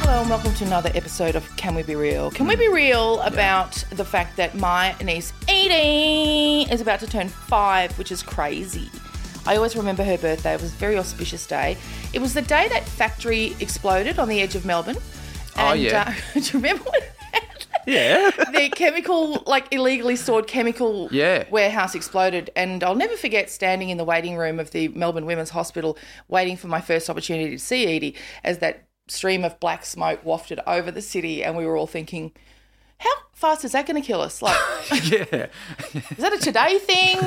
Hello and welcome to another episode of Can We Be Real? Can we be real about the fact that my niece Edie is about to turn five, which is crazy. I always remember her birthday. It was a very auspicious day. It was the day that factory exploded on the edge of Melbourne. And, Oh, yeah. Uh, do you remember when that? Yeah. the chemical, like illegally stored chemical Yeah. warehouse exploded. And I'll never forget standing in the waiting room of the Melbourne Women's Hospital waiting for my first opportunity to see Edie as that stream of black smoke wafted over the city. And we were all thinking, how fast is that going to kill us? Like, yeah. is that a today thing?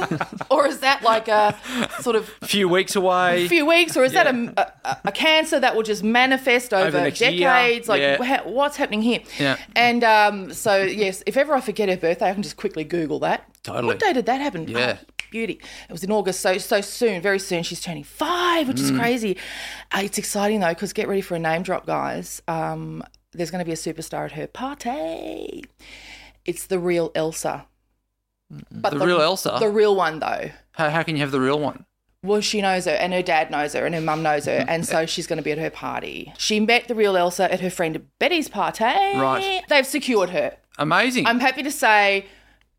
Or is that like a sort of A few weeks away. few weeks, or is that a, a, a cancer that will just manifest over, the next year, decades? Like, yeah. wha- what's happening here? Yeah. And um, so, yes, if ever I forget her birthday, I can just quickly Google that. Totally. What day did that happen? Yeah. Oh, beauty. It was in August, so so soon, very soon. She's turning five, which is Mm. crazy. Uh, it's exciting though, because get ready for a name drop, guys. Um, there's going to be a superstar at her party. It's the real Elsa. But The real Elsa? The real one, though. How, how can you have the real one? Well, she knows her, and her dad knows her, and her mum knows Mm-hmm. her, and so she's going to be at her party. She met the real Elsa at her friend Betty's party. Right. They've secured her. Amazing. I'm happy to say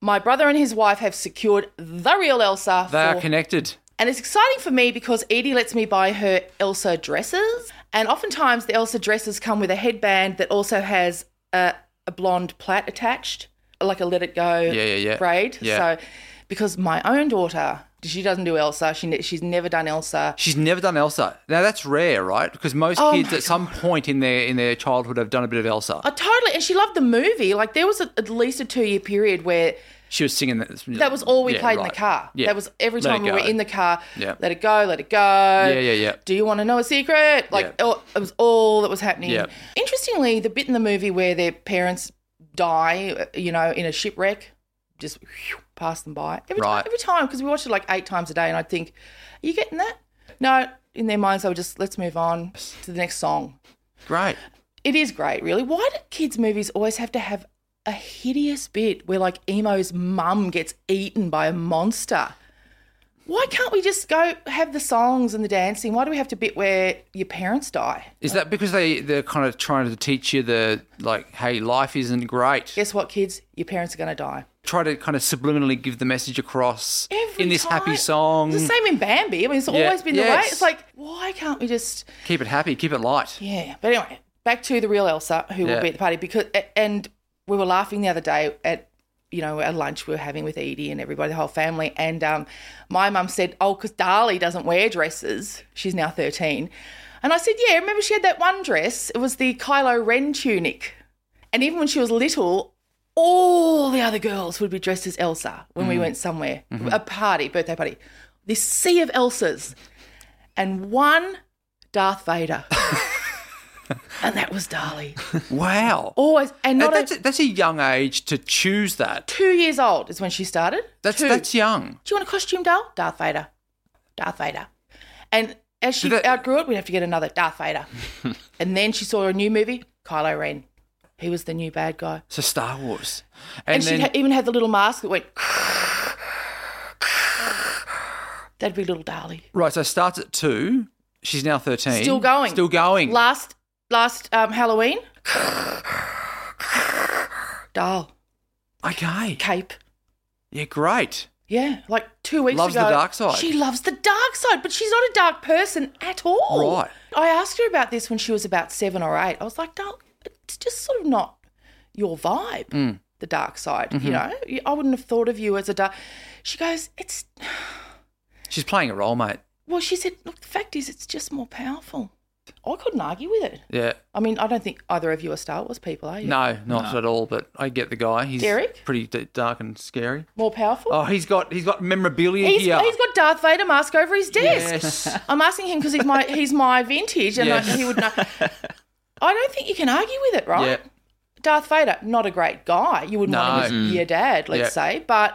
my brother and his wife have secured the real Elsa. they are for- connected. and it's exciting for me because Edie lets me buy her Elsa dresses. And oftentimes the Elsa dresses come with a headband that also has a, a blonde plait attached, like a let it go Yeah, yeah, yeah. braid. Yeah. So because my own daughter, she doesn't do Elsa. She ne- she's never done Elsa. She's never done Elsa. Now that's rare, right? Because most Oh kids my at some point in their in their childhood have done a bit of Elsa. Oh, totally. And she loved the movie. Like there was a, at least a two year period where she was singing that. That was all we yeah, played in right. the car. Yeah. That was every Let time it we were go. in the car. Yeah. Let it go, let it go. Yeah, yeah, yeah. Do you want to know a secret? Like Yeah. oh, it was all that was happening. Yeah. Interestingly, the bit in the movie where their parents die, uh, you know, in a shipwreck, just whew, pass them by every Right. time. Every time because we watched it like eight times a day, and I'd think, "Are you getting that?" No. In their minds, they were just let's move on to the next song. great. It is great, really. Why do kids' movies always have to have a hideous bit where like Emo's mum gets eaten by a monster? Why can't we just go have the songs and the dancing? Why do we have to bit where your parents die? Is that because they they're kind of trying to teach you the like, hey, life isn't great. Guess what, kids? Your parents are going to die. Try to kind of subliminally give the message across Every in this happy time. song. It's the same in Bambi. I mean, it's Yeah, always been the way. yes. It's like, why can't we just Keep it happy. Keep it light. Yeah, but anyway, back to the real Elsa, who Yeah. will be at the party because a- and we were laughing the other day at you know our lunch we were having with Edie and everybody, the whole family, and um, my mum said, "Oh, because Darlie doesn't wear dresses. She's now thirteen. And I said, "Yeah, remember she had that one dress? It was the Kylo Ren tunic. And even when she was little." All the other girls would be dressed as Elsa when we went somewhere, a party, birthday party. This sea of Elsas, and one Darth Vader, and that was Darlie. Wow. Always, and not a- that's, a, that's a young age to choose that. two years old is when she started. That's two. that's young. Do you want a costume doll? Darth Vader. Darth Vader. And as she Did that- outgrew it, we'd have to get another Darth Vader. and then she saw a new movie, Kylo Ren. He was the new bad guy. So Star Wars, And, and, she then ha- even had the little mask that went. That'd be little Darlie. right. So it starts at two. She's now thirteen. Still going. Still going. Last last um, Halloween. doll. okay. Cape. Yeah. Great. Yeah, like two weeks Loves ago. the dark side. She loves the dark side, but she's not a dark person at all. Right. I asked her about this when she was about seven or eight. I was like, "Dark, it's just sort of not your vibe, Mm. the dark side. Mm-hmm. You know, You- I wouldn't have thought of you as a dark." She goes, "It's She's playing a role, mate. well." She said, "Look, the fact is, it's just more powerful." I couldn't argue with it. Yeah. I mean, I don't think either of you are Star Wars people, are you? No, not at all. But I get the guy. He's Oh, Derek? pretty d- dark and scary. More powerful. Oh, he's got he's got memorabilia He's, here. he's got Darth Vader mask over his desk. yes. I'm asking him because he's my he's my vintage, and I- Yes. he would know. I don't think you can argue with it, right? Yeah. Darth Vader, not a great guy. You wouldn't want him Mm. as your dad, let's say, but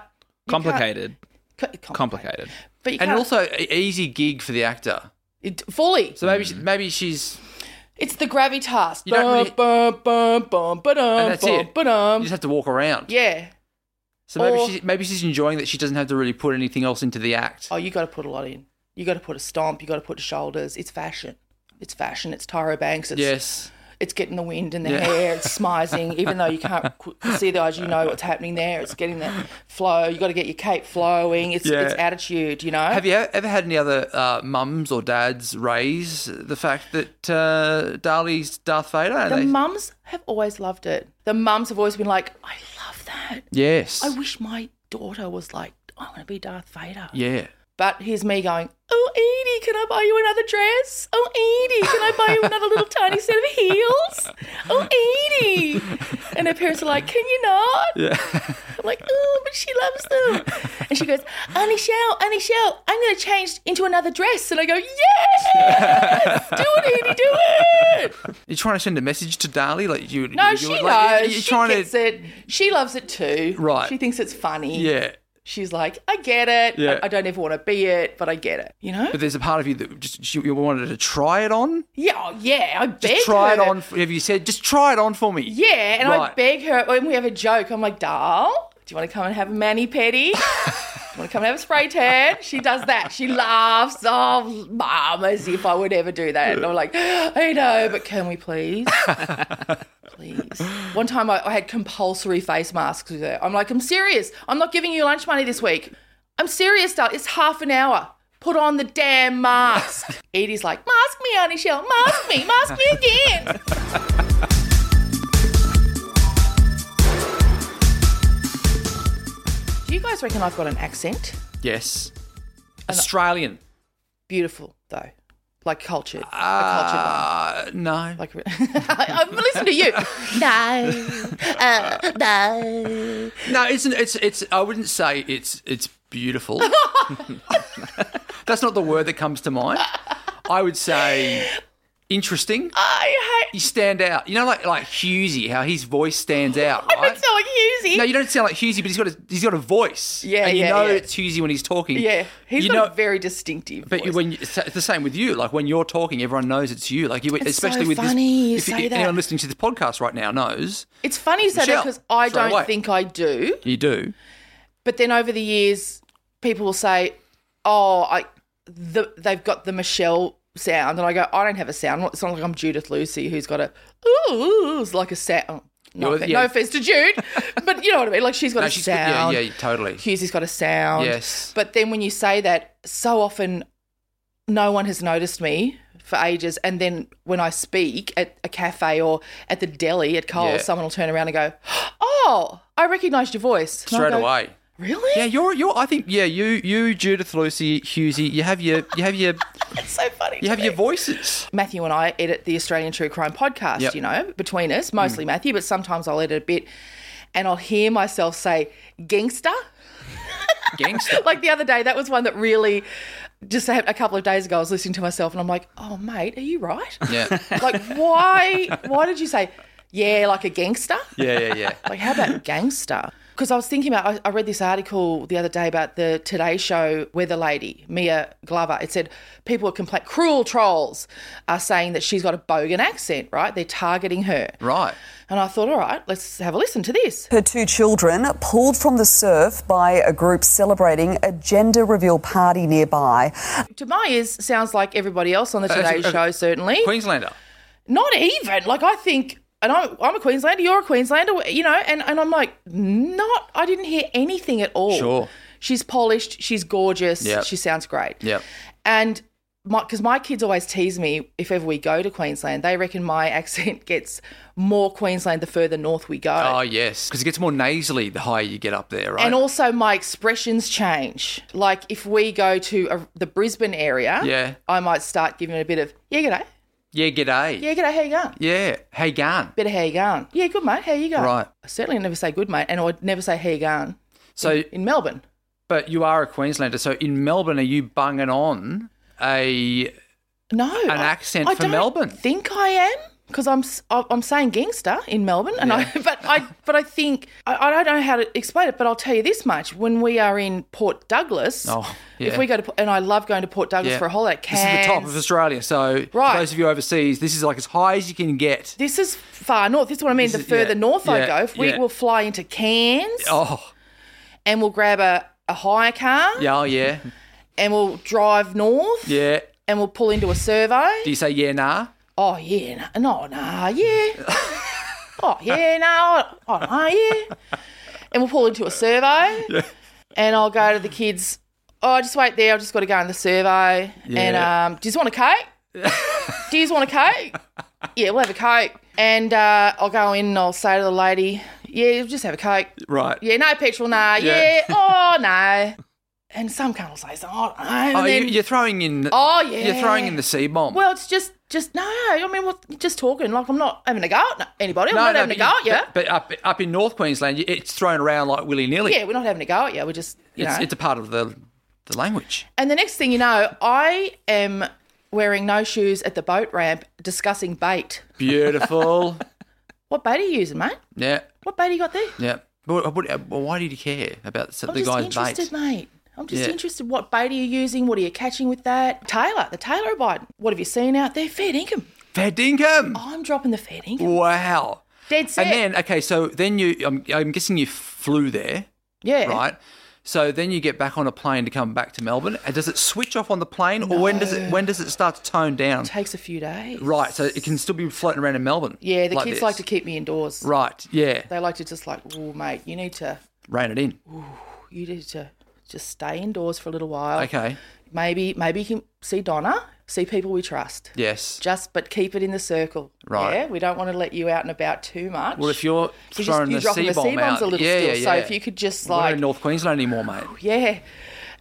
you can't- Complicated. co- complicated. Complicated. But you And can't- also a easy gig for the actor. it, fully, So maybe she, maybe she's it's the gravitas. You don't really- Bum, bum, bum, ba-dum, and that's bum, it. ba-dum. you just have to walk around. Yeah. So maybe Or- she's maybe she's enjoying that she doesn't have to really put anything else into the act. Oh, you got to put a lot in. You got to put a stomp. You got to put shoulders. It's fashion. It's fashion. It's Tyro Banks. It's yes. it's getting the wind in the Yeah. hair, it's smizing, even though you can't qu- see the eyes, you know what's happening there. It's getting that flow. You got to get your cape flowing. It's, Yeah. it's attitude, you know. Have you e-, ever had any other uh, mums or dads raise the fact that uh, Dali's Darth Vader? And the they- mums have always loved it. The mums have always been like, I love that. yes. I wish my daughter was like, I want to be Darth Vader. yeah. But here's me going, Oh, Edie, can I buy you another dress? Oh, Edie, can I buy you another little tiny set of heels? Oh, Edie. And her parents are like, Can you not? I'm like, Oh, but she loves them. And she goes, Annie Shell, Annie Shell, I'm going to change into another dress. And I go, Yes! Do it, Edie, do it. You're trying to send a message to Dali, like you. No, you, she you- knows. like, You're she trying gets to. it. She loves it too. Right. She thinks it's funny. Yeah. She's like, I get it. Yeah. I, I don't ever want to be it, but I get it. You know? But there's a part of you that just you you wanted to try it on. Yeah, oh, yeah, I beg Just try her. it on. f- Have you said just try it on for me? Yeah, and I Right. beg her when we have a joke. I'm like, "Darl, do you want to come and have a mani pedi? do you want to come and have a spray tan?" She does that. She laughs. Oh, mum, as if I would ever do that. And I'm like, "I know, but can we please?" please. One time I, I had compulsory face masks with her. I'm like, I'm serious. I'm not giving you lunch money this week. I'm serious, darling. It's half an hour. Put on the damn mask. Edie's like, mask me, Auntie Shell. Mask me. Mask me again. Do you guys reckon I've got an accent? Yes. Australian. Beautiful, though. Like cultured. a cultured one. Uh, no. Like, I've listened to you. No, uh, no. No, it's an, it's it's. I wouldn't say it's it's beautiful. That's not the word that comes to mind. I would say interesting. I You hate. stand out. You know, like like Husey, how his voice stands out, I right? don't sound like Husey. No, you don't sound like Husey, but he's got a he's got a voice. Yeah, and you yeah, know yeah. it's Husey when he's talking. yeah, he's you got know- a very distinctive. But you, voice. when you, it's the same with you, like when you're talking, everyone knows it's you. Like you, It's especially so with funny you this. say if that. anyone listening to this podcast right now knows it's funny you say that Michelle, because I throw don't away. think I do. you do. But then over the years, people will say, "Oh, I," the, they've got the Michelle sound, and I go, "I don't have a sound. It's not like I'm Judith Lucy, who's got a ooh, it's like a sound." No, You're- offense, yeah. no offense to Jude, but you know what I mean. Like she's got No, a she's good. Yeah, sound. yeah, totally. Hughesy's got a sound. Yes. But then when you say that, so often no one has noticed me for ages. And then when I speak at a cafe or at the deli at Coles, Yeah. someone will turn around and go, Oh, oh, I recognised your voice. And I straight go, away. Really? Yeah, you're you're. I think yeah, you you Judith Lucy Husey. You have your you have your It's so funny. you to have your me. voices. Matthew and I edit the Australian True Crime podcast, Yep. you know, between us, mostly Matthew, but sometimes I'll edit a bit and I'll hear myself say gangster. Gangster. Like the other day, that was one that really just a a couple of days ago, I was listening to myself and I'm like, oh, mate, are you right? yeah. Like, why, why did you say, yeah, like a gangster? Yeah, yeah, yeah. Like, how about gangster? Because I was thinking about, I, I read this article the other day about the Today Show weather lady, Mia Glover. It said people are complaining, cruel trolls are saying that she's got a bogan accent, right? They're targeting her. Right. And I thought, all right, let's have a listen to this. Her two children pulled from the surf by a group celebrating a gender reveal party nearby. To my ears, sounds like everybody else on the Today uh, Show, certainly. Queenslander. Not even. Like, I think. And I'm, I'm a Queenslander, you're a Queenslander, you know, and, and I'm like, not, I didn't hear anything at all. Sure. She's polished, she's gorgeous, Yep. she sounds great. Yep. And my because my kids always tease me if ever we go to Queensland, they reckon my accent gets more Queensland the further north we go. Oh yes, because it gets more nasally the higher you get up there, right? And also, my expressions change. Like, if we go to a, the Brisbane area, Yeah. I might start giving it a bit of, yeah, g'day. yeah, g'day. Yeah, g'day, how you going? Yeah. Hey, Garn. Bit of how you going? Yeah, good, mate, how you going? Right. I certainly never say good, mate, and I would never say how you going So, in Melbourne. but you are a Queenslander. So in Melbourne, are you bunging on a? No, an accent I from don't Melbourne. Think I am because I'm s- I- I'm saying gangster in Melbourne, and I but I but I think I, I don't know how to explain it, but I'll tell you this much: when we are in Port Douglas, Oh, yeah. if we go to and I love going to Port Douglas Yeah. for a holiday, This is the top Cairns. of Australia. So for Right. those of you overseas, this is like as high as you can get. This is far north. This is what I mean. This the is- further yeah, north yeah, I go, if we yeah. will fly into Cairns Oh, and we'll grab a, a hire car yeah, oh, yeah, and we'll drive north yeah. and we'll pull into a survey. Do you say yeah, nah? Oh yeah, no, no, nah, yeah. oh yeah, no, oh nah, yeah. And we'll pull into a survey, and I'll go to the kids. Oh, just wait there. I've just got to go in the survey. And Yeah. um, do you want a cake? do you want a cake? Yeah, we'll have a cake. And uh, I'll go in and I'll say to the lady, "Yeah, we'll just have a cake." Right. Yeah, no petrol, nah. Yeah. Yeah, oh no. And some cunt will say, something, "Oh no." And Oh, then, you, you're throwing in. Oh, yeah. You're throwing in the C bomb. well, it's just, just no. I mean, well, just talking. Like I'm not having a go at anybody. I'm not having a but go at you- you. But, but up up in North Queensland, you- it's thrown around like willy nilly. yeah, we're not having a go at you. We're just, you it's, know. it's a part of the the language. and the next thing you know, I am wearing no shoes at the boat ramp, discussing bait. Beautiful. What bait are you using, mate? yeah, What bait you got there? yeah. But, what- but why did you care about the, I'm the just guy's interested, bait? mate. I'm just Yeah. interested. What bait are you using? What are you catching with that? Taylor, the Taylor bite. What have you seen out there? Fair dinkum. Fair dinkum. I'm dropping the Oh, fair dinkum. Wow. Dead set. And then okay, so then you, I'm, I'm guessing you flew there, yeah. right? So then you get back on a plane to come back to Melbourne. And does it switch off on the plane, or when does it when does it start to tone down? Takes a few days. um, Right, so it can still be floating around in Melbourne. Yeah, the kids this. like to keep me indoors. Right, yeah, They like to just like, oh mate, you need to rein it in. you need to just stay indoors for a little while. Okay, Maybe maybe you can see Donna, see people we trust. yes. Just but keep it in the circle. Right. Yeah. We don't want to let you out and about too much. Well, if you're you throwing you're dropping the the C bomb out, C-bombs a little yeah, still. yeah, So yeah. if you could just We're not like in North Queensland anymore, mate. Yeah.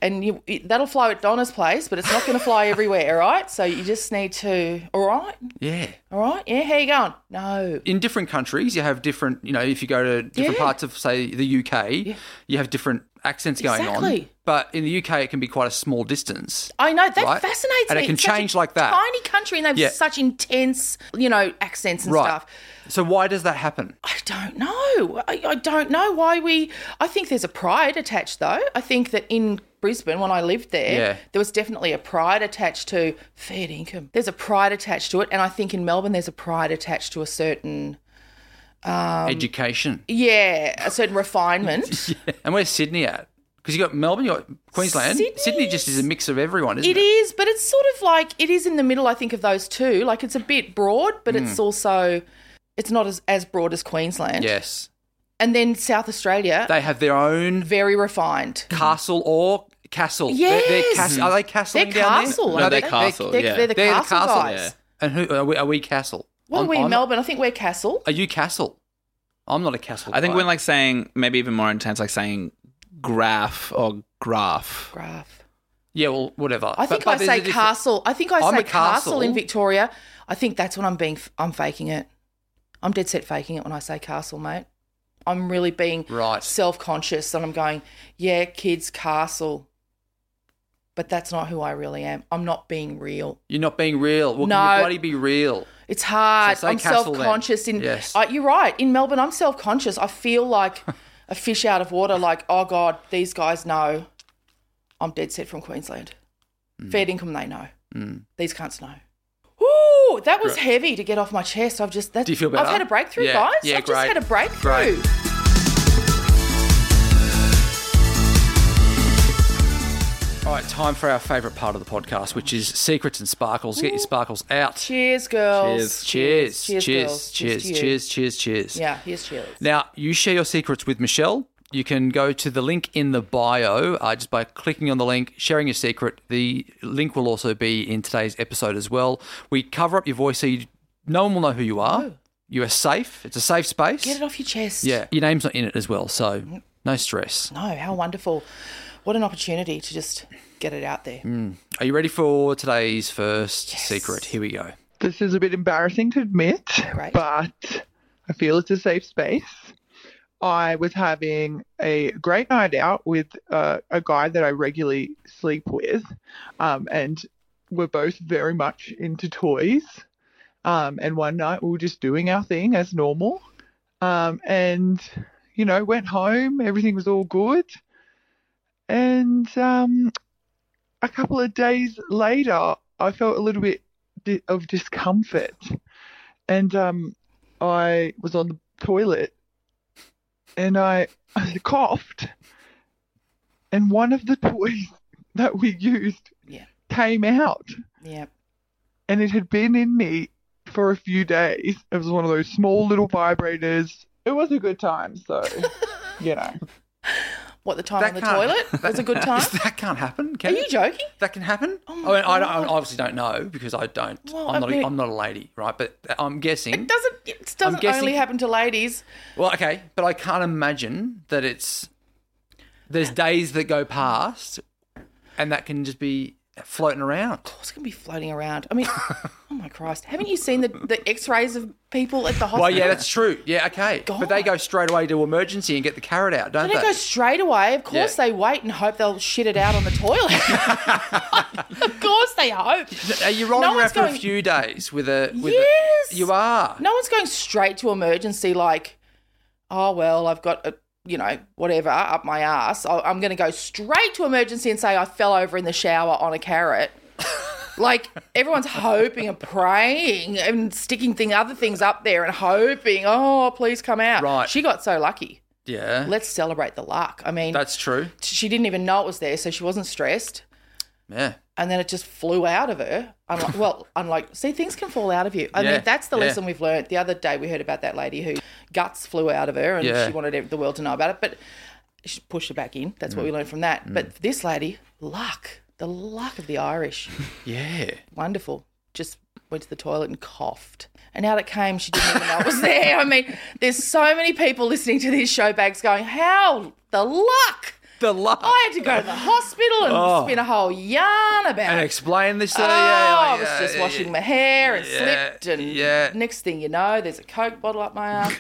And you it- that'll flow at Donna's place, but it's not gonna fly everywhere, all right? So you just need to all right? Yeah. All right, yeah, how you going? No. In different countries, you have different. You know, if you go to different Yeah. parts of, say, the UK, you have different accents going on. Exactly. But in the UK, it can be quite a small distance. I know that right? fascinates And me. it can It's such a change like that. Tiny country, and they have Yeah. such intense, you know, accents and right. stuff. So why does that happen? I don't know. I, I don't know why we. I think there's a pride attached, though. I think that in Brisbane, when I lived there, Yeah. there was definitely a pride attached to fair income. There's a pride attached to it, and I think in Melbourne, there's a pride attached to a certain, Um, Education. yeah, a certain refinement. And where's Sydney at? Because you got Melbourne, you got Queensland. Sydney just is a mix of everyone, isn't it? It is, but it's sort of like it is in the middle. I think of those two. Like it's a bit broad, but it's also it's not as as broad as Queensland. Yes. and then South Australia, They have their own very refined. castle or castle. They're- They're, Yes. cas- are they castling They're down castle. there? aren't they're they? castle, They're, yeah. they're the They're the castle castle, guys. yeah. And who are we, are we castle? What I'm- are we in I'm- Melbourne? I think we're castle. Are you castle? I'm not a castle. I think guy. when like saying maybe even more intense, like saying graph or graph. Graph. yeah, well, whatever. I think But- but I there's a say different- castle. I think I I'm say a castle. castle in Victoria. I think that's when I'm being. f- I'm faking it. I'm dead set faking it when I say castle, mate. I'm really being Right. self conscious, and I'm going, yeah, kids, castle. But that's not who I really am. I'm not being real. You're not being real. Well, can No. you bloody be real? It's hard. So say I'm castle self then. conscious. In Yes. I, you're right. In Melbourne, I'm self conscious. I feel like a fish out of water. Like, oh god, these guys know. I'm dead set from Queensland. Hmm. Fair income, they know. These cunts know. Ooh, that was heavy to get off my chest. I've just that's, Do you feel I've better? had a breakthrough, Yeah. guys. Yeah, I've just great. had a breakthrough. Great. All right, time for our favourite part of the podcast, which is secrets and sparkles. Get your sparkles out. Cheers, girls. Cheers. Cheers. Cheers, Cheers. girls. Cheers. Cheers. Cheers to you. Cheers. Cheers. Cheers. Yeah, here's cheers. Now, you share your secrets with Michelle. You can go to the link in the bio uh, just by clicking on the link, sharing your secret. The link will also be in today's episode as well. We cover up your voice so you, no one will know who you are. You are safe. It's a safe space. Get it off your chest. Yeah. Your name's not in it as well, so no stress. No, how wonderful. What an opportunity to just get it out there. Mm. Are you ready for today's first secret? Here we go. This is a bit embarrassing to admit, Right. but I feel it's a safe space. I was having a great night out with uh, a guy that I regularly sleep with, um, and we're both very much into toys. Um, and one night we were just doing our thing as normal, um, and you know went home. Everything was all good, and um, a couple of days later, I felt a little bit di- of discomfort, and um, I was on the toilet, and I coughed, and one of the toys that we used Yeah. came out, Yeah. and it had been in me for a few days. It was one of those small little vibrators. It was a good time, so you know. What the time That on the can't- toilet was a good time. that can't happen. Are Can you it? joking? That can happen. Oh I, my mean, I, don't, I God. obviously don't know because I don't. Well, I'm I not. mean- a, I'm not a lady, right? But I'm guessing. It doesn't. It doesn't guessing- only happen to ladies. Well, okay, but I can't imagine that it's. There's days that go past, and that can just be floating around. What's going to be floating around? I mean, oh my Christ! Haven't you seen the, the X-rays of people at the hospital? Well, yeah, that's true. Yeah, okay, but they God. go straight away to emergency and get the carrot out, don't They don't go straight away. Of course, Yeah. they wait and hope they'll shit it out on the toilet. of course, they hope. Are you rolling No around one's for going- a few days with a? With Yes. A, you are. No one's going straight to emergency like, oh, well, I've got, a, you know, whatever up my ass. I- I'm going to go straight to emergency and say I fell over in the shower on a carrot. like, everyone's hoping and praying and sticking thing, other things up there and hoping, oh, please come out. Right. She got so lucky. Yeah, Let's celebrate the luck. I mean, that's true. she didn't even know it was there, so she wasn't stressed. Yeah. And then it just flew out of her. Unlike, well, unlike, see, things can fall out of you. I Yeah, mean, that's the yeah. lesson we've learned. The other day we heard about that lady who guts flew out of her and Yeah. she wanted ev- the world to know about it, but she pushed it back in. That's what we Mm. learned from that. But this lady, luck, the luck of the Irish, Yeah. wonderful. Just went to the toilet and coughed. And out it came. She didn't even know it was there. I mean, there's so many people listening to these show bags going, how the luck. The luck. Oh, I had to go to the hospital and Oh. spin a whole yarn about and it. explain this. to oh, her, yeah, like, I was yeah, just yeah, washing yeah. my hair and Yeah, slipped, and yeah. next thing you know, there's a Coke bottle up my arm.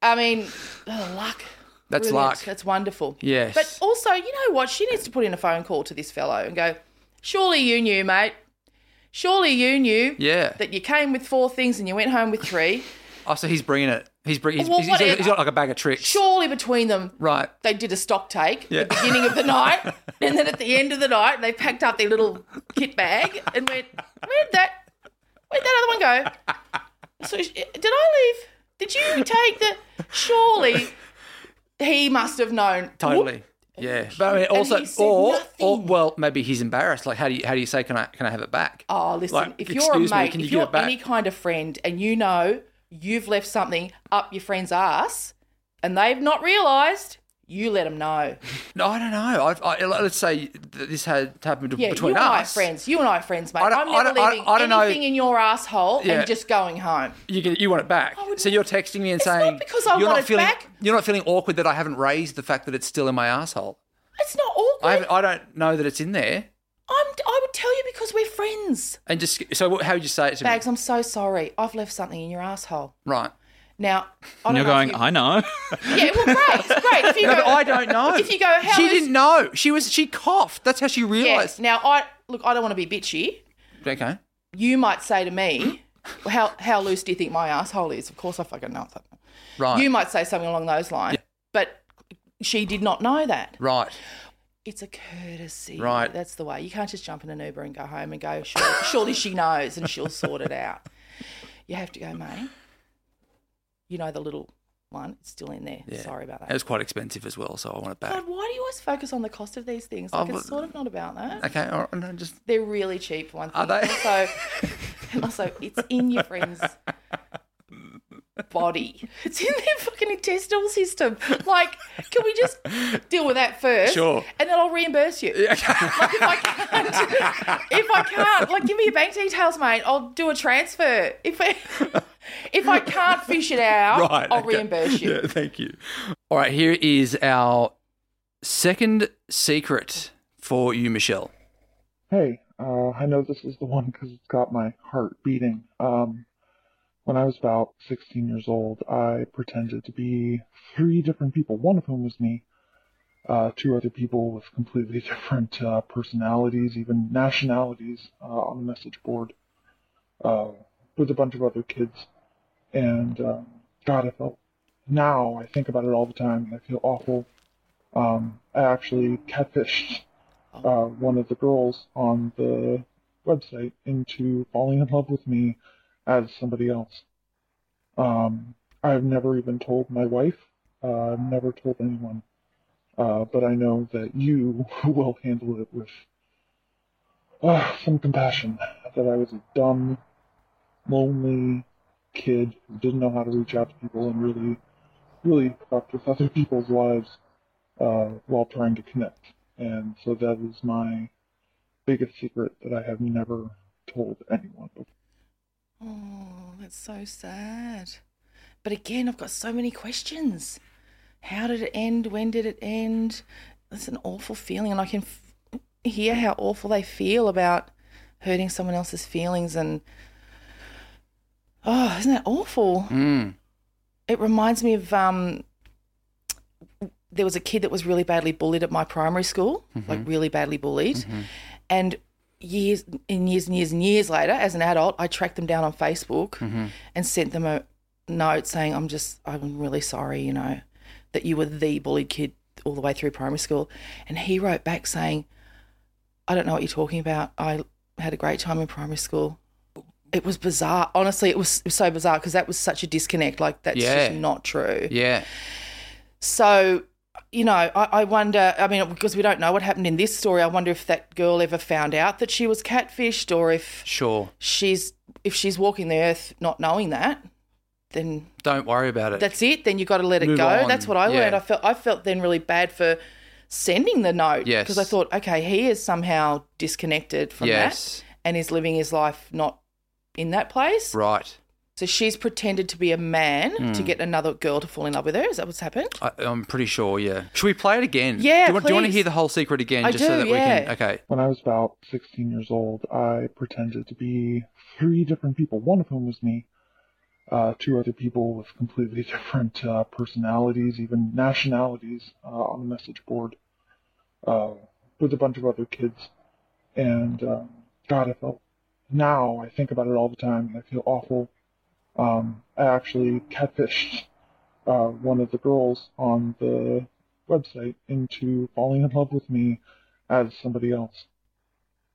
I mean, oh, luck. That's Brilliant. luck. That's wonderful. Yes. But also, you know what? She needs to put in a phone call to this fellow and go, surely you knew, mate. Surely you knew Yeah. that you came with four things and you went home with three. Oh, so he's bringing it. He's bringing. He's, Well, he's- he's- what- he's got like a bag of tricks. Surely between them, Right. they did a stock take Yeah. at the beginning of the night, and then at the end of the night, they packed up their little kit bag and went, "Where'd that? Where'd that other one go? So sh- did I leave? Did you take the? Surely he must have known. Whoop. Totally. Yeah. But I mean, he also, said or, or nothing. well, maybe he's embarrassed. Like, how do you how do you say can I can I have it back? Oh, listen, Like, if you're a "Excuse me, mate, can you if give you're it back?" any kind of friend, and you know you've left something up your friend's ass, and they've not realised. you let them know. No, I don't know. I, I, let's say th- this had happened to- Yeah, between you and I are us. friends. You and I are friends, mate. I don't- I'm I never don't- I- leaving I don't know- anything in your asshole Yeah. and just going home. You get, you want it back. So you're texting me and saying because I you're want not it feeling back." you're not feeling awkward that I haven't raised the fact that it's still in my asshole. It's not awkward. I haven't, I don't know that it's in there. I'm, I would tell you because we're friends. And just so what- how would you say it to Bags, I'm so sorry. I've left something in your asshole. me? Right. Now, I And don't you're know if going, you- I know. Yeah, well, great, great. If you No, go, but I don't know. If you go, how she is- didn't know. She was she coughed. That's how she Yeah. realized. Now, I look. I don't want to be bitchy. Okay. You might say to me, "Well, "How how loose do you think my asshole is?" Of course, I fucking know that. Right. You might say something along those lines, but she did not know that. Right. It's a courtesy. Right. That's the way. You can't just jump in an Uber and go home and go. Surely, surely she knows and she'll sort it out. You have to go, mate. You know the little one. It's still in there. Yeah. Sorry about that. It was quite expensive as well, so I want it back. God, why do you always focus on the cost of these things? Oh, Like, well- it's sort of not about that. Okay. All right. No, just They're really cheap, for one thing. Are they? Also, and also, it's in your friend's body. It's in their fucking intestinal system. Like, can we just deal with that first? Sure. And then I'll reimburse you. Like, if I can't, if I can't, like, give me your bank details, mate. I'll do a transfer. If I, if I can't fish it out, Right, I'll okay. reimburse you. Yeah, thank you. All right, here is our second secret for you, Michelle. Hey, uh, I know this is the one because it's got my heart beating. Um, when I was about 16 years old, I pretended to be three different people, one of whom was me, uh, two other people with completely different uh, personalities, even nationalities, uh, on a message board, uh, with a bunch of other kids. And um, God, I felt now I think about it all the time and I feel awful. Um, I actually catfished uh, one of the girls on the website into falling in love with me as somebody else. Um, I've never even told my wife. Uh, I've never told anyone. Uh, but I know that you will handle it with uh, some compassion. That I was a dumb, lonely kid who didn't know how to reach out to people and really, really fucked with other people's lives uh, while trying to connect. And so that is my biggest secret that I have never told anyone before. Oh, that's so sad. But again, I've got so many questions. How did it end? When did it end? That's an awful feeling, and I can f- hear how awful they feel about hurting someone else's feelings. And oh, isn't that awful? Mm. It reminds me of um, there was a kid that was really badly bullied at my primary school, like really badly bullied. And years and years and years and years later, as an adult, I tracked them down on Facebook and sent them a note saying, I'm just, I'm really sorry, you know, that you were the bullied kid all the way through primary school. And he wrote back saying, I don't know what you're talking about. I had a great time in primary school. It was bizarre. Honestly, it was, it was so bizarre because that was such a disconnect. Like, that's Yeah. just not true. Yeah. So, you know, I, I wonder, I mean, because we don't know what happened in this story, I wonder if that girl ever found out that she was catfished or if Sure. she's if she's walking the earth not knowing that, then Don't worry about it. that's it. Then you've got to let it Move go. on, That's what I yeah. learned. I felt I felt then really bad for sending the note Yes. because I thought, okay, he is somehow disconnected from Yes. that and is living his life not in that place. right. So she's pretended to be a man to Mm. get another girl to fall in love with her. Is that what's happened? I, I'm pretty sure. Yeah. Should we play it again? Yeah, Do you, want, do you want to please. hear the whole secret again, I just so that do, yeah. we can? Okay. When I was about 16 years old, I pretended to be three different people, one of whom was me, uh, two other people with completely different uh, personalities, even nationalities, uh, on a message board, uh, with a bunch of other kids. And um, God, I felt now I think about it all the time, and I feel awful. Um, I actually catfished uh, one of the girls on the website into falling in love with me as somebody else.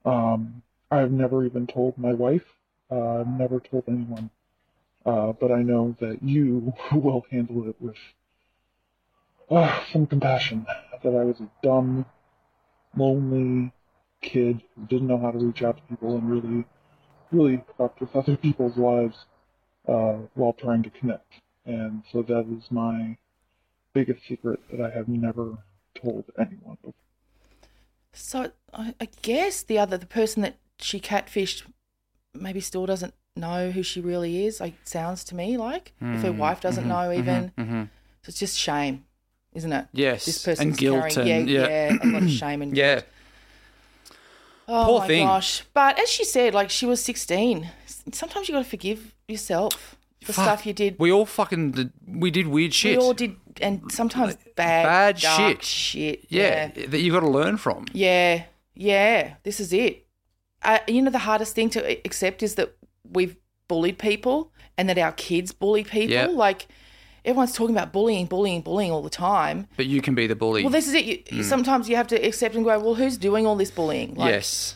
Um, I've never even told my wife. Uh, I've never told anyone. Uh, but I know that you will handle it with uh, some compassion. That I was a dumb, lonely kid who didn't know how to reach out to people and really, really fucked with other people's lives uh, while trying to connect. And so that is my biggest secret that I have never told anyone before. So I, I guess the other the person that she catfished maybe still doesn't know who she really is. Like sounds to me like if her Mm, wife doesn't mhm, know mhm, even, mhm. so it's just shame, isn't it? Yes, this and person's guilt carrying, and- yeah. yeah, yeah, a lot of shame and Yeah. Oh Poor my thing. gosh! But as she said, like she was sixteen. S- Sometimes you got to forgive yourself for Fuck. stuff you did. We all fucking did, we did weird shit. We all did, and sometimes bad, Bad dark shit. shit. Yeah, that you got to learn from. Yeah, yeah, this is it. Uh, you know, the hardest thing to a- accept is that we've bullied people and that our kids bully people. Yeah. Like, everyone's talking about bullying, bullying, bullying all the time. But you can be the bully. Well, this is it. You, Mm. Sometimes you have to accept and go, well, who's doing all this bullying? Like, yes.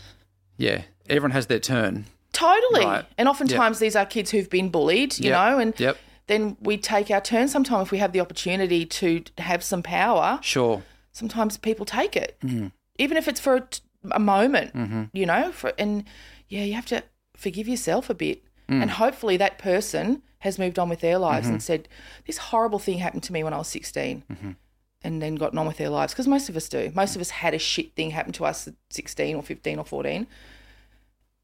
Yeah. Everyone has their turn. Totally. Right. And oftentimes these are kids who've been bullied, you Yep. know, and Yep. then we take our turn sometime if we have the opportunity to have some power. Sure. Sometimes people take it, Mm. even if it's for a, t- a moment. Mhm. you know for, and yeah you have to forgive yourself a bit Mm. and hopefully that person has moved on with their lives Mhm. and said this horrible thing happened to me when i was 16 Mhm. and then gotten on with their lives because most of us do most of us had a shit thing happen to us at 16 or 15 or 14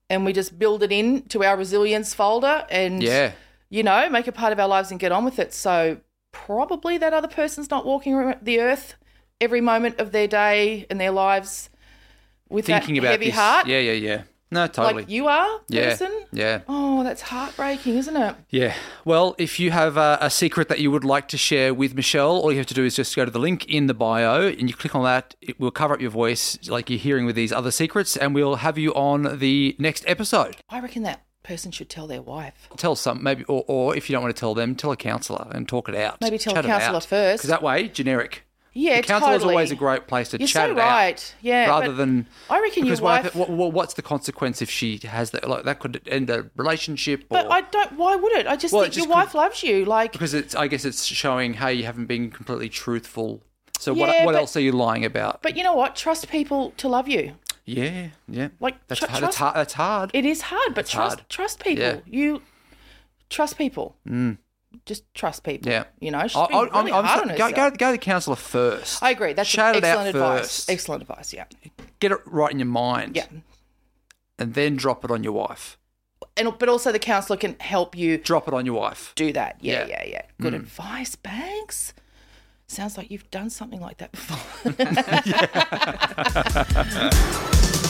and we just build it in to our resilience folder and Yeah. you know make it part of our lives and get on with it so probably that other person's not walking ar- the earth every moment of their day and their lives with Thinking that about heavy this. heart Yeah, yeah, yeah. No, totally. like you are yeah. person. Yeah. Oh, that's heartbreaking, isn't it? Yeah. Well, if you have a, a secret that you would like to share with Michelle, all you have to do is just go to the link in the bio and you click on that. It will cover up your voice like you're hearing with these other secrets, and we'll have you on the next episode. I reckon that person should tell their wife. Tell some, maybe, or, or if you don't want to tell them, tell a counsellor and talk it out. Maybe tell a Chat it counsellor out. first. 'Cause that way, generic. Yeah, the counsellor is totally. always a great place to You're chat so it out, right. Yeah, rather but than I reckon your because what wife- hap- What, what- what's the consequence if she has that? Like that could end a relationship. But or, I don't. Why would it? I just Well, think it just your wife loves you. Like, because it's I guess it's showing hey you haven't been completely truthful. So what Yeah, what but- else are you lying about? but you know what? Trust people to love you. yeah, yeah. Like, that's tr- hard. That's trust- hard. That's hard. It is hard, but It's trust hard. trust people. Yeah. You trust people. Mm, Just trust people. yeah. You know, she's I- been I- I'm- really I'm hard so- on go, go, herself. go to the counsellor first. I agree. That's Shout it out excellent advice. first. Excellent advice. Yeah. Get it right in your mind. Yeah. And then drop it on your wife. And but also the counselor can help you Drop it on your wife. do that. Yeah, Yeah. yeah, yeah. Good Mm. advice, Banks. Sounds like you've done something like that before.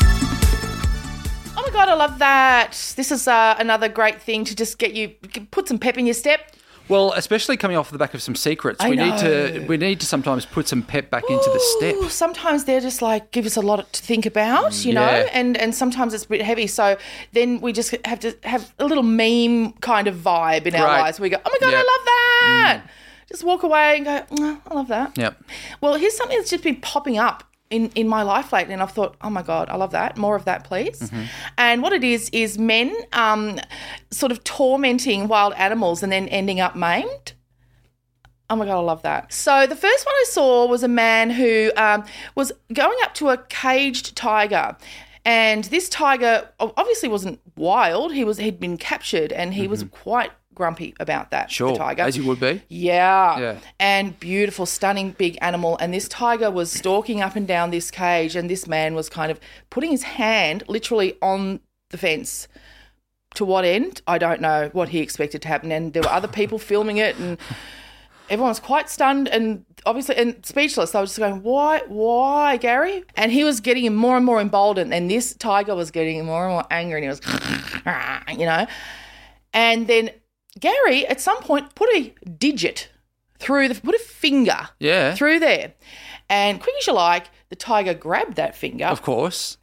Oh my god, I love that. This is uh, another great thing to just get you put some pep in your step. Well, especially coming off the back of some secrets, I we know. need to we need to sometimes put some pep back into the step. Mm, Ooh, sometimes they're just like give us a lot to think about, you know, Yeah. and and sometimes it's a bit heavy. So then we just have to have a little meme kind of vibe in our Right. lives. We go, oh my god, Yeah. Mm. I love that. Just walk away and go, "Mm, I love that. Yep. Well, here's something that's just been popping up in, in my life lately, and I've thought, oh my God, I love that. More of that, please. Mm-hmm. And what it is, is men um, sort of tormenting wild animals and then ending up maimed. Oh my God, I love that. So the first one I saw was a man who um, was going up to a caged tiger. And this tiger o- obviously wasn't wild. He was he'd been captured and he was quite grumpy about that. Mm-hmm. Sure. The tiger. As you would be. Yeah. Yeah. And beautiful, stunning big animal. And this tiger was stalking up and down this cage, and this man was kind of putting his hand literally on the fence. To what end? I don't know what he expected to happen. And there were other people filming it, and everyone was quite stunned and obviously and speechless. They were just going, "Why, why, Gary?" And he was getting more and more emboldened, and this tiger was getting more and more angry, and he was, you know. And then Gary, at some point, put a digit through the put a finger Yeah. through there, and quick as you like, the tiger grabbed that finger, Of course.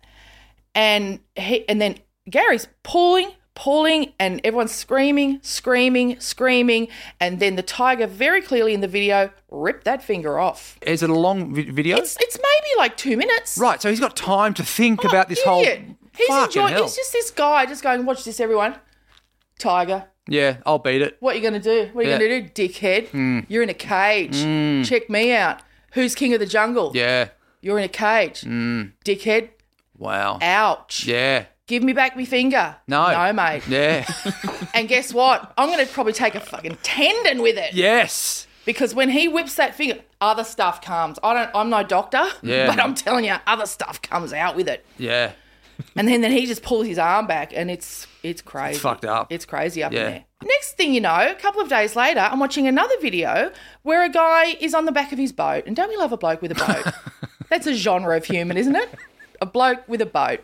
and he and then Gary's pulling, pulling, and everyone's screaming, screaming, screaming, and then the tiger very clearly in the video ripped that finger off. Is it a long vi- video? It's it's maybe like two minutes. right. So he's got time to think about this whole. Idiot. He's Fucking enjoying. hell. He's just this guy, just going, watch this, everyone. Tiger, Yeah, I'll beat it. what are you going to do? What are you Yeah. going to do, dickhead? Mm. You're in a cage. Mm. Check me out. Who's king of the jungle? Yeah. You're in a cage, Mm. dickhead. Wow. Ouch. Yeah. Give me back my finger. No. No, mate. Yeah. And guess what? I'm going to probably take a fucking tendon with it. yes. Because when he whips that finger, other stuff comes. I don't. I'm no doctor. Yeah. But I'm telling you, other stuff comes out with it. Yeah. And then, then he just pulls his arm back, and it's it's crazy. It's fucked up. It's crazy up Yeah. in there. Next thing you know, a couple of days later, I'm watching another video where a guy is on the back of his boat. And don't we love a bloke with a boat? That's a genre of human, isn't it? A bloke with a boat.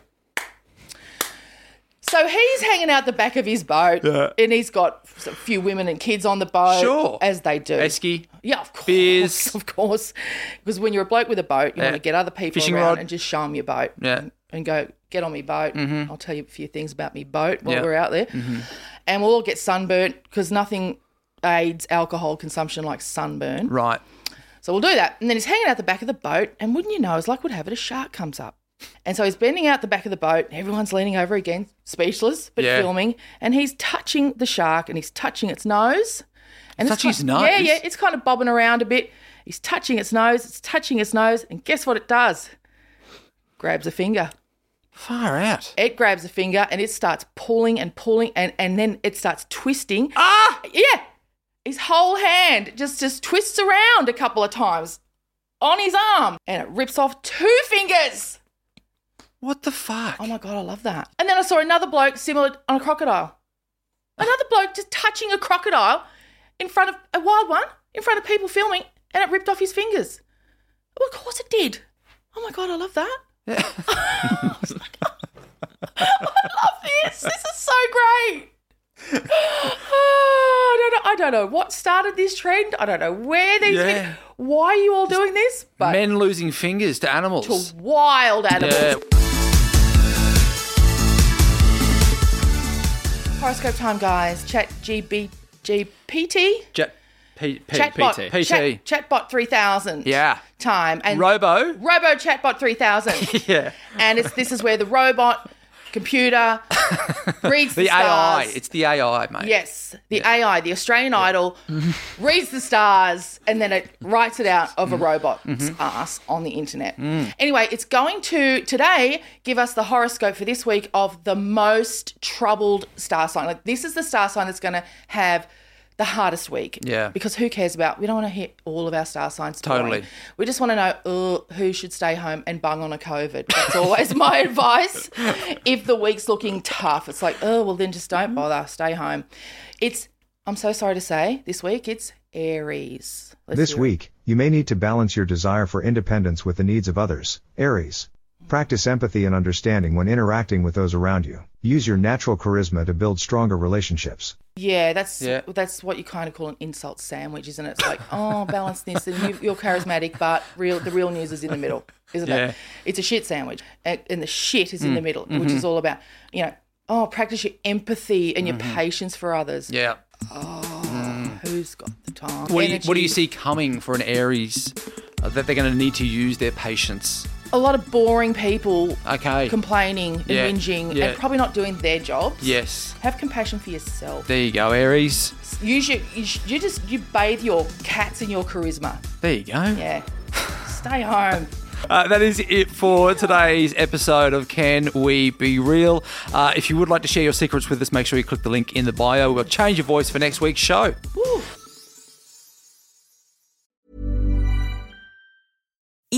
So he's hanging out the back of his boat, Yeah. and he's got a few women and kids on the boat, Sure. as they do. Esky. Yeah, of course, Beers. of course. Because when you're a bloke with a boat, you Yeah. want to get other people Fishing around rod. and just show them your boat Yeah. and go get on me boat. Mhm. I'll tell you a few things about me boat while Yeah. we're out there, Mhm. and we'll all get sunburnt because nothing aids alcohol consumption like sunburn. Right. So we'll do that, and then he's hanging out the back of the boat, and wouldn't you know, as luck would have it, a shark comes up, and so he's bending out the back of the boat. Everyone's leaning over again, speechless but Yeah. filming, and he's touching the shark, and he's touching its nose. And Touching it's his kind- nose? Yeah, yeah, it's kind of bobbing around a bit. He's touching its nose. It's touching its nose, and guess what it does? Grabs a finger. Far out. It grabs a finger and it starts pulling and pulling and, and then it starts twisting. Ah! Yeah. His whole hand just just twists around a couple of times on his arm and it rips off two fingers. What the fuck? Oh my god, I love that. And then I saw another bloke similar on a crocodile. Another bloke just touching a crocodile in front of a wild one, in front of people filming, and it ripped off his fingers. Well, of course it did. Oh my god, I love that. this. This is so great. Oh, I don't know. I don't know what started this trend. I don't know where these. Yeah. vid- why are you all doing this? But Men losing fingers to animals. to wild animals. Yeah. Horoscope time, guys. Chat GB, GPT. Jet. P- P- Chatbot. PT. Chat, chatbot three thousand. Yeah. Time and Robo. Robo chatbot three thousand. Yeah. and it's this is where the robot computer reads the, The AI. stars. It's the AI, mate. Yes, the AI, the Australian Idol, reads the stars and then it writes it out of a robot's ass on the internet. Anyway, it's going to today give us the horoscope for this week of the most troubled star sign. Like this is the star sign that's going to have the hardest week. Yeah. Because who cares about? We don't want to hear all of our star signs. Totally. We just want to know uh, who should stay home and bung on a COVID. That's always my advice. If the week's looking tough, it's like, oh, well, then just Mm-hmm. don't bother, stay home. It's, I'm so sorry to say, this week it's Aries. Let's This hear it. week, you may need to balance your desire for independence with the needs of others. Aries. Practice empathy and understanding when interacting with those around you. Use your natural charisma to build stronger relationships. Yeah, that's Yeah. that's what you kind of call an insult sandwich, isn't it? It's like, oh, balance this, and you, you're charismatic, but real the real news is in the middle, isn't Yeah. it? It's a shit sandwich, and, and the shit is in Mm. the middle, which Mhm. is all about, you know, oh, practice your empathy and your Mhm. patience for others. Yeah. Oh, Mm. who's got the time? What do, you, what do energy? you see coming for an Aries uh, that they're going to need to use their patience? A lot of boring people Okay. complaining and Yeah. whinging Yeah. and probably not doing their jobs. yes. Have compassion for yourself. There you go, Aries. Use your, you, sh- you just you bathe your cats in your charisma. There you go. Yeah. Stay home. Uh, that is it for today's episode of Can We Be Real? Uh, if you would like to share your secrets with us, make sure you click the link in the bio. We'll change your voice for next week's show.